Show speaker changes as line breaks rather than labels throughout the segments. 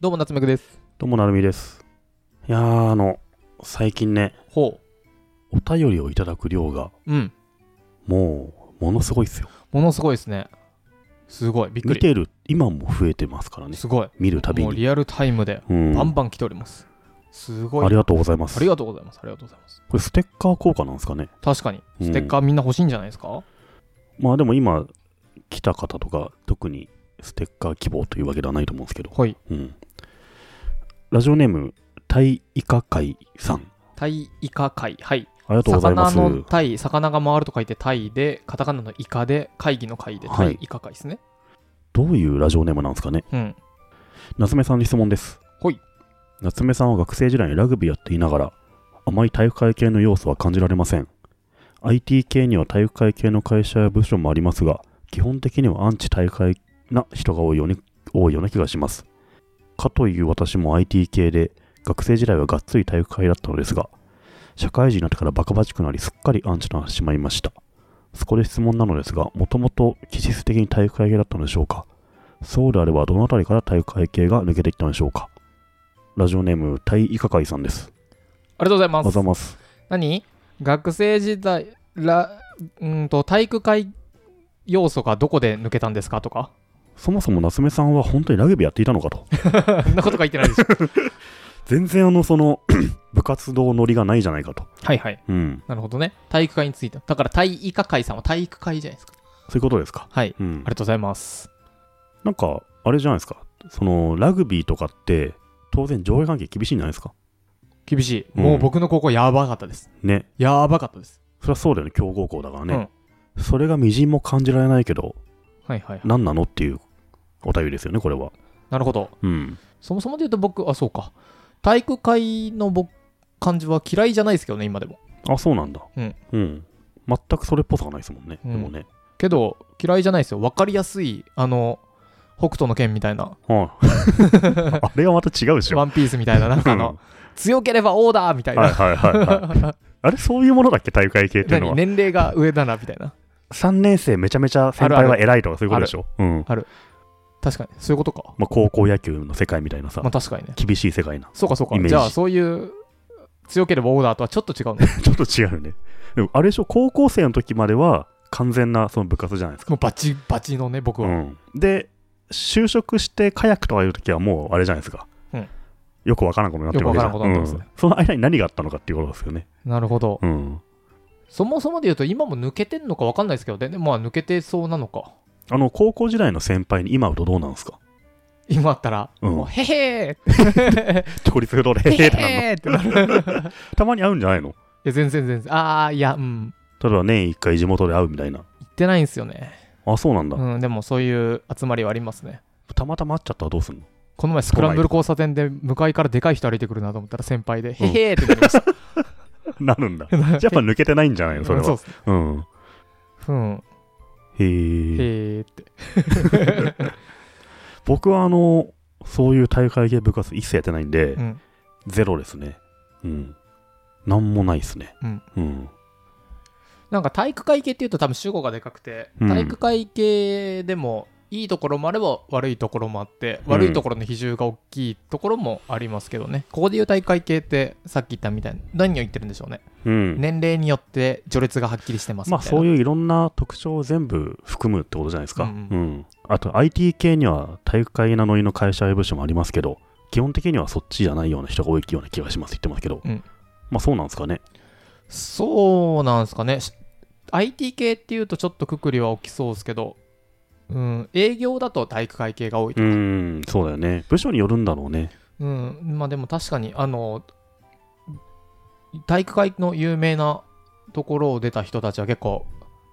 どうも夏目くです。
どうもなるみです。いやー、あの、最近ね、
ほ
お便りをいただく量が、
う。うん。
もう、ものすごいっすよ。
ものすごいですね。すごい。びっく
見
り。
てる、今も増えてますからね。
すごい。
見るたび
もう
に。
リアルタイムで
うん。
バン
あ
バン来ております。すごい。
りがとうございます。
ありがとうございます。ありがとうございます。
これ、ステッカー効果なんですかね。
確かに。
うん
ステッカーみんな欲しいんじゃないですか、
まあ、でも今、来た方とか、特にステッカー希望というわけではないと思うんですけど、
はい。
うん。ラジオネーム、タイイカ会さん。
タイイカ会。はい。
ありがとうございま
魚
す。
のタイ、魚が回ると書いてタイで、カタカナのイカで、会議の会で、タ
は
イ
い
イカ会ですね。
どういうラジオネームなんですかね。
うん。
夏目さんに質問です。
ほい。
夏目さんは学生時代にラグビーやっていながら、あまり体育会系の要素は感じられません。IT 系には体育会系の会社や部署もありますが、基本的にはアンチ体育会な人が多いよ,、ね、多いような気がします。かという私も IT 系で、学生時代はがっつり体育会だったのですが、社会人になってからバカバチくなり、すっかりアンチとなってしまいました。そこで質問なのですが、もともと気質的に体育会系だったのでしょうかそうであれば、どのあたりから体育会系が抜けていったのでしょうかラジオネーム、タイイカカイさんです。
ありがとうござい
おはよ
ま
うござ
す
い。ます。
何学生時代、らうんと体育会要素がどこで抜けたんですかとか
そもそも夏目さんは本当にラグビーやっていたのかと。
そんなこと書いてないで しょ。
全然あの、その、 部活動ノリがないじゃないかと。
はいはい。
うん。
なるほどね。体育会について。だから体育会さんは体育会じゃないですか。
そういうことですか。
はい。
うん
あり。がとうございます。
なんか、あれじゃないですか。その、ラグビーとかって、当然上下関係厳しいんじゃないですか。
厳しい。
うん
もう僕の高校やばかったです。
ね。
やばかったです。
そりゃそうだよね。強豪校だからね。それがみじんも感じられないけど、
はいはいはい。
何なのっていうお便りですよね、これは。
なるほど。
うん。
そもそもで言うと僕、あ、そうか。体育会の僕、感じは嫌いじゃないですけどね、今でも。
あ、そうなんだ。
うん。
うん。全くそれっぽさがないですもんね。
うん
でもね。
けど、嫌いじゃないですよ。わかりやすい、あの、北斗の剣みたいな、
はい。 あれはまた違うでしょ。
ワンピースみたいな、なんかあ
う
の
ん、
強ければオーダーみたい
はい
な。
はいはい、はい。あれ、そういうものだっけ、体育会系っていうの
何
は。
年齢が上だな、みたいな。
3年生めちゃめちゃ先輩は偉いとかそういうことでしょ。うん。
確かに、そういうことか。
まあ、高校野球の世界みたいなさ、
まあ確かにね。
厳しい世界な。
そうかそうか
イメー。ジ
じゃあそういう強ければオーダーとはちょっと違 うね。
ちょっと違うよね。でも、あれでしょ、高校生の時までは完全なその部活じゃないですか。
もうバチバチのね、僕
う
は。
ん。で、就職してカヤックとかいう時はもうあれじゃないですか。
うん
よくわからんことになってるわけじゃん
よくわからんことになってますね
うんその間に何があったのかっていうことですよね。
なるほど。
うん。
そもそもで言うと今も抜けてんのか分かんないですけどね。でまあ抜けてそうなのか。
あの、高校時代の先輩に今会うとどうなんですか
今あったら、
うん
もうへへ
調理する と、へ
ー
へーってなんの
へーってなる。い
たまに会うんじゃないの
や、全然全然。あー、いや、うん。
例えば年一回地元で会うみたいな。
行ってないんですよね。
あ、そうなんだ。
うん、でもそういう集まりはありますね。
たまたま会っちゃったらどうすんの
この前スクランブル交差点で向かいからでかい人歩いてくるなと思ったら先輩で、
うん
へへーってなりました。
なるんだ。じゃあやっぱ抜けてないんじゃない のそれ
うんそ
は
う。っすね
うん。
うん。
へえ。
へーって。
僕はあの、そういう大会系部活一切やってないんで
う、ん。
ゼロですね。うん。なんもないですね。
うん。
うん。
なんか体育会系っていうと多分主語がでかくて、
うん
体育会系でもいいところもあれば悪いところもあって、
うん
悪いところの比重が大きいところもありますけどねここでいう体育会系ってさっき言ったみたいな何を言ってるんでしょうね、
うん。
年齢によって序列がはっきりしてますみ
まあ
たいな、
そ
う
ういういろんな特徴を全部含むってことじゃないですか。
う
うんん、
う
あと IT 系には体育会なノリの会社や部署もありますけど、基本的にはそっちじゃないような人が多いような気がします。言ってますけど。
うん
まあそうなんですかね。
そうなんですかねし IT 系っていうとちょっとくくりは大きそうですけど、うん、営業だと体育会系が多いと
う
か
ん、そうだよね。部署によるんだろうね。
うん、まあでも確かに、あの、体育会の有名なところを出た人たちは結構、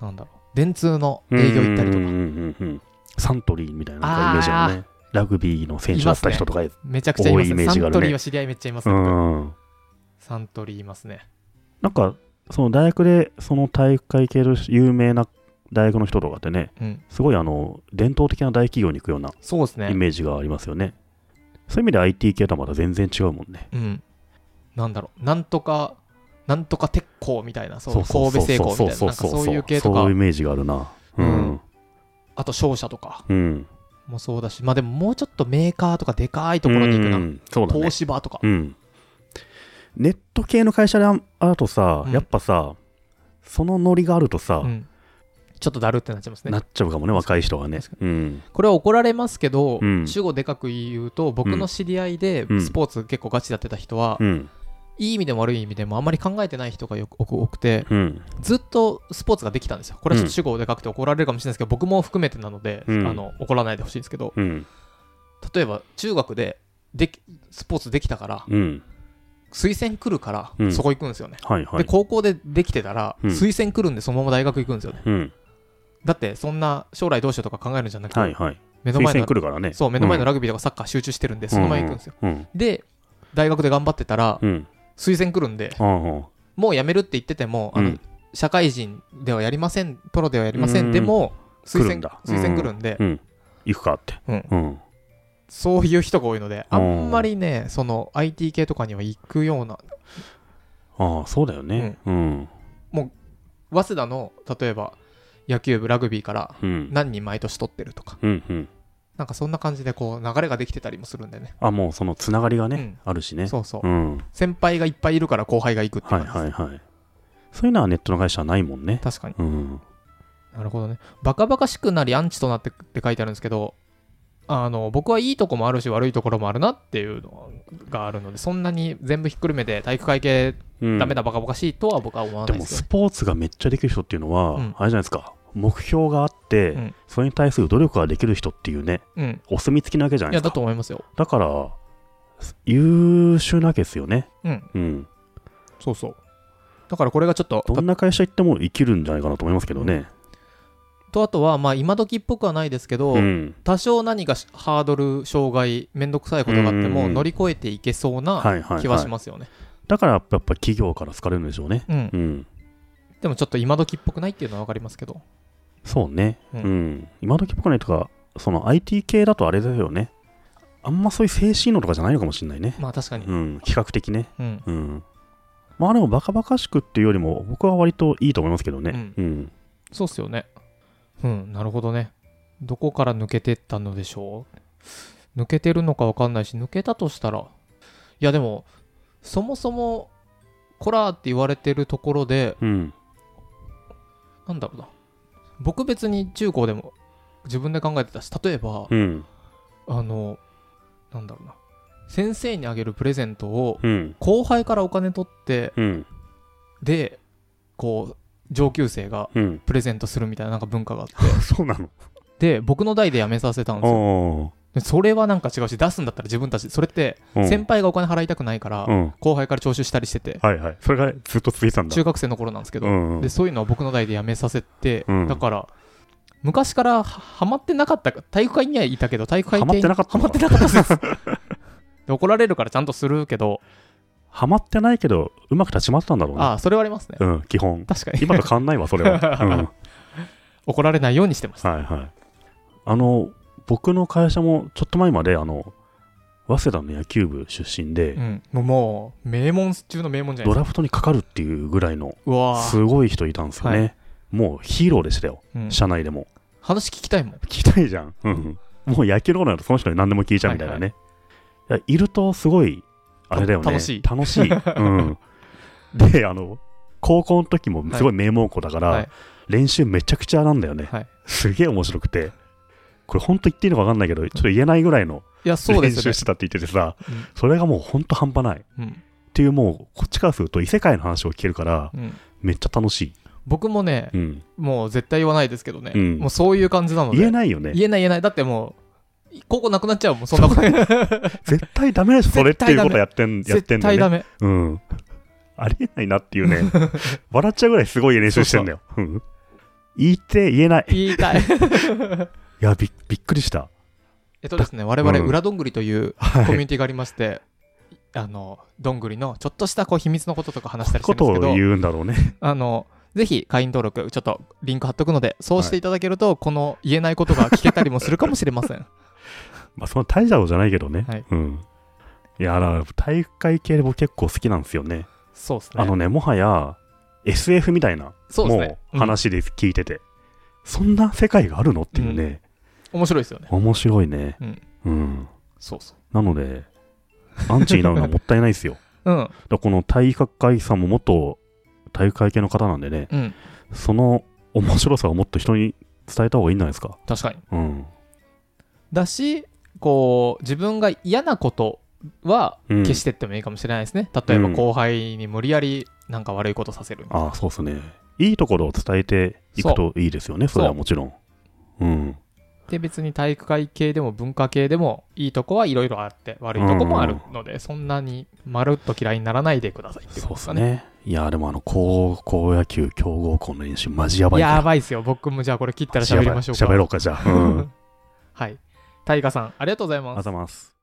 なんだろう、電通の営業行ったりと
うんうん
か、
うんうんサントリーみたいななんかイメージあるね。ラグビーの選手だった人とか、
めちゃくちゃいます
多いイ
ね。
メー
サ
ジがあ
ン
るね
トリーは知り合いめっちゃいます
う
ね。
ん。
サントリーいますね。
なんか、その大学で、その体育会系の有名な大学の人とかってね、
うん、
すごいあの、伝統的な大企業に行くような
そうです
イ
ね。
メージがありますよね。そういう意味で IT 系とはまた全然違うもんね。
うん。なんだろう、なんとか、なんとか鉄鋼みたいな、そう
そうそう
神戸製鋼みたいな、
そ
な
うん
かそう
そ
いうう系と
そういう
か
イ、メージがあるな。う
うん
ん。
あと商社とか、
うん。
もそうだし、まあでももうちょっとメーカーとかでかいところに行くな。
うんそうだね
東芝とか。
うんネット系の会社でああとさ、
うん
やっぱさそのノリがあるとさ、
うんちょっとだるってなっちゃいます
な
ね。
っちゃうかもね若い人はね
確か
うん
これは怒られますけど、
うん
主語でかく言うと、僕の知り合いで
うん
スポーツ結構ガチでやってた人は、
うん
いい意味でも悪い意味でもあんまり考えてない人がよく多く多くて、
うん
ずっとスポーツができたんですよ。これはちょっと主語でかくて怒られるかもしれないですけど、僕も含めてなので、
うん
あの怒らないでほしいんですけど、
うん
例えば中学でできスポーツできたから、
うん
推薦来るから、
うん
そこ行くんですよね。
はいは
で
い
高校でできてたら、
うん
推薦来るんでそのまま大学行くんですよね
うん
だってそんな将来どうしようとか考えるんじゃなくて、
はいはい
目の
推
前
薦
の
来るからね
そう目の前の
ラ
ラグビーとかサッカー集中してるんでそのまま行くんですよ、
うん
で大学で頑張ってたら、
うん
推薦来るんで
ああ
もう辞めるって言ってても、あ
う
の
ん
社会人ではやりませんプロではやりません、
うん
でも推
来る
薦
んだ
推薦来るんで、
うん行くかって
うん
うん
そういう人が多いので
う
あ
ん
んまりねその IT 系とかには行くような
ああそうだよねうん
早稲田の例えば野球部ラグビーから
うん
何人毎年取ってるとか
うんうん
なんかそんな感じでこう流れができてたりもするんでね
あもうそのつながりが
う
ね
ん
あるしね
そうそう、
うん
先輩がいっぱいいるから後輩が行くっていう
はい
感じです、
はいはいそういうのはネットの会社はないもんね
確かに
うん
なるほどねバカバカしくなりアンチとなってって書いてあるんですけどあの僕はいいとこもあるし悪いところもあるなっていうのがあるのでそんなに全部ひっくるめて体育会系
うん
ダメだバカバカしいとは僕は思わ
で
ない
も
です
ス
よ、
ポーツがめっちゃできる人っていうのは、
うん
あれじゃないですか目標があって、
うん
それに対する努力ができる人っていうね
うん
お墨付きなわけじゃな
い
いで
や
すか
だと思いますよ
だから優秀なわけですよね
うん
うん
そうそうだからこれがちょっと
どんな会社行っても生きるんじゃないかなと思いますけどね
とあとはまあ今時っぽくはないですけど、
うん、
多少何かしハードル障害めんどくさいことがあって
うんうん
も
うん
乗り越えていけそうな
はいはい、
気はし
はい、
ますよね、
だからやっぱ企業から好かれるんでしょうね
うん
うん、
でもちょっと今時っぽくないっていうのは分かりますけど
そうねう、
うんん
今時僕ねとかその IT 系だとあれだよねあんまそういう精神論とかじゃないのかもしれないね
まあ確かに
うん比較的ね
うん
うん。まあでも、バカバカしくっていうよりも、僕は割といいと思いますけどね。うん。
そうっすよねうんなるほどねどこから抜けてったのでしょう抜けてるのか分かんないし抜けたとしたらいやでもそもそもコラーって言われてるところで
うん。
なんだろうな僕別に中高でも自分で考えてたし例えば、
うん。
あの、なんだろうな、先生にあげるプレゼントを
うん。
後輩からお金取って、
うん。
で、こう、上級生が
うん。
プレゼントするみたいななんか文化があって、
そうなの。
で、僕の代で辞めさせたんですよ。でそれはなんか違うし、出すんだったら自分たち、それって
ああ。
先輩がお金払いたくないから
う、ん。
後輩から徴収したりしてて、
はいはい。それがずっと続いてたんだ。
中学生の頃なんですけど、
うん。
でそういうのは僕の代で辞めさせて、
うん
だから、昔からはハマってなかったか、体育会にはいたけど、体育会系
ハマってなかった
ハマってなかったです。 で怒られるからちゃんとするけど、
ハマってないけど、うまく立ち回ったんだろう
あ
ね。
あ、それはありますね。
うん、基本。
確かに。
今と変わんないわ、それは。 うん。は
怒られないようにしてました。
いはい。あの、僕の会社もちょっと前まで、あの、早稲田の野球部出身
う
で、
ん、もうもう、名門中の名門じゃないですか。
ドラフトにかかるっていうぐらいの、
うわ
すごい人いたんですよ
は
ね。もうヒーローでしたよ、
ー、うん
社内でも。
話聞きたいもん。
聞きたいじゃん。うん。もう野球のことならその人に何でも聞いちゃうみたいなね。いや、いるとすごい、あれだよね。
た楽しい
楽しい。うん。で、あの、高校の時もすごい名門校だから、
はい
練習めちゃくちゃなんだよね。
はい
すげえ面白くて。これ本当言っていいのか分かんないけど、ちょっと言えないぐらいの
いや、そうで
練
す
習
よ
してたって言っててさ、
ね。
それがもう本当半端ない。っ
うん
ていうもう、こっちからすると異世界の話を聞けるから、
うんうん
めっちゃ楽しい。
僕もね、
うん。
もう絶対言わないですけどね、
うん
もうそういう感じなので、
言えないよね。
言えない言えない。だってもう、ここなくなっちゃうもん、そん なこと。
絶対ダメでしょ、それっていうことやってん、やっ
絶
てんだよ
対
ね
ダ。メ。
うん。ありえないなっていうね。 笑っちゃうぐらいすごい練習してんだよ。うん言いて言えない。
言い たい。
いや、びびっくりした。
えっとですね、我々、
うん
裏どんぐりというコミュ
はい。
ニティがありまして、あの、どんぐりのちょっとしたこう秘密のこととか話したりして
こ
るんですけ
とを
ど、
言うんだろうね。
あの、ぜひ会員登録、ちょっとリンク貼っとくので、そうしていただけると、この言えないことが聞けたりもするかもしれません。
まあ、そんな大したことじゃないけどね。
はい
うん。いや、だから体育会系で僕結構好きなんですよね。
そうですね。
あのね、もはや SF みたいな、
そうですね
も。う
うん
話で聞いてて、そんな世界があるのっていうね、
面白いですよね。
面白いね。
うん。
うん。
そうそ
なので、アンチになるのはもったいないですよ。
う。うん。
だからこの体育会さんも元体育会系の方なんでね、
うん。
その面白さをもっと人に伝えた方がいいんじゃないですか。
確かに。
うん。
だし、こう、自分が嫌なことは
うん、
消してってもいいかもしれないですね。例えば
うん
後輩に無理やりなんか悪いことさせる。
ああ、そうですね。いいところを伝えていくといいですよね、それはもちろん。うん。
で、別に体育会系でも文化系でもいいとこはいろいろあって、悪いとこもあるので、そんなにまるっと嫌いにならないでくださいっていう
そう
こと
で
です
す
かね。
ね。いや、でもあの、高校野球強豪校の練習、マジやばいから
やばいですよ。僕もじゃあこれ切ったら喋りましょうか。
喋ろうか、じゃあ。うん。
はい。タイガさん、ありがとうございます
あ。ざます。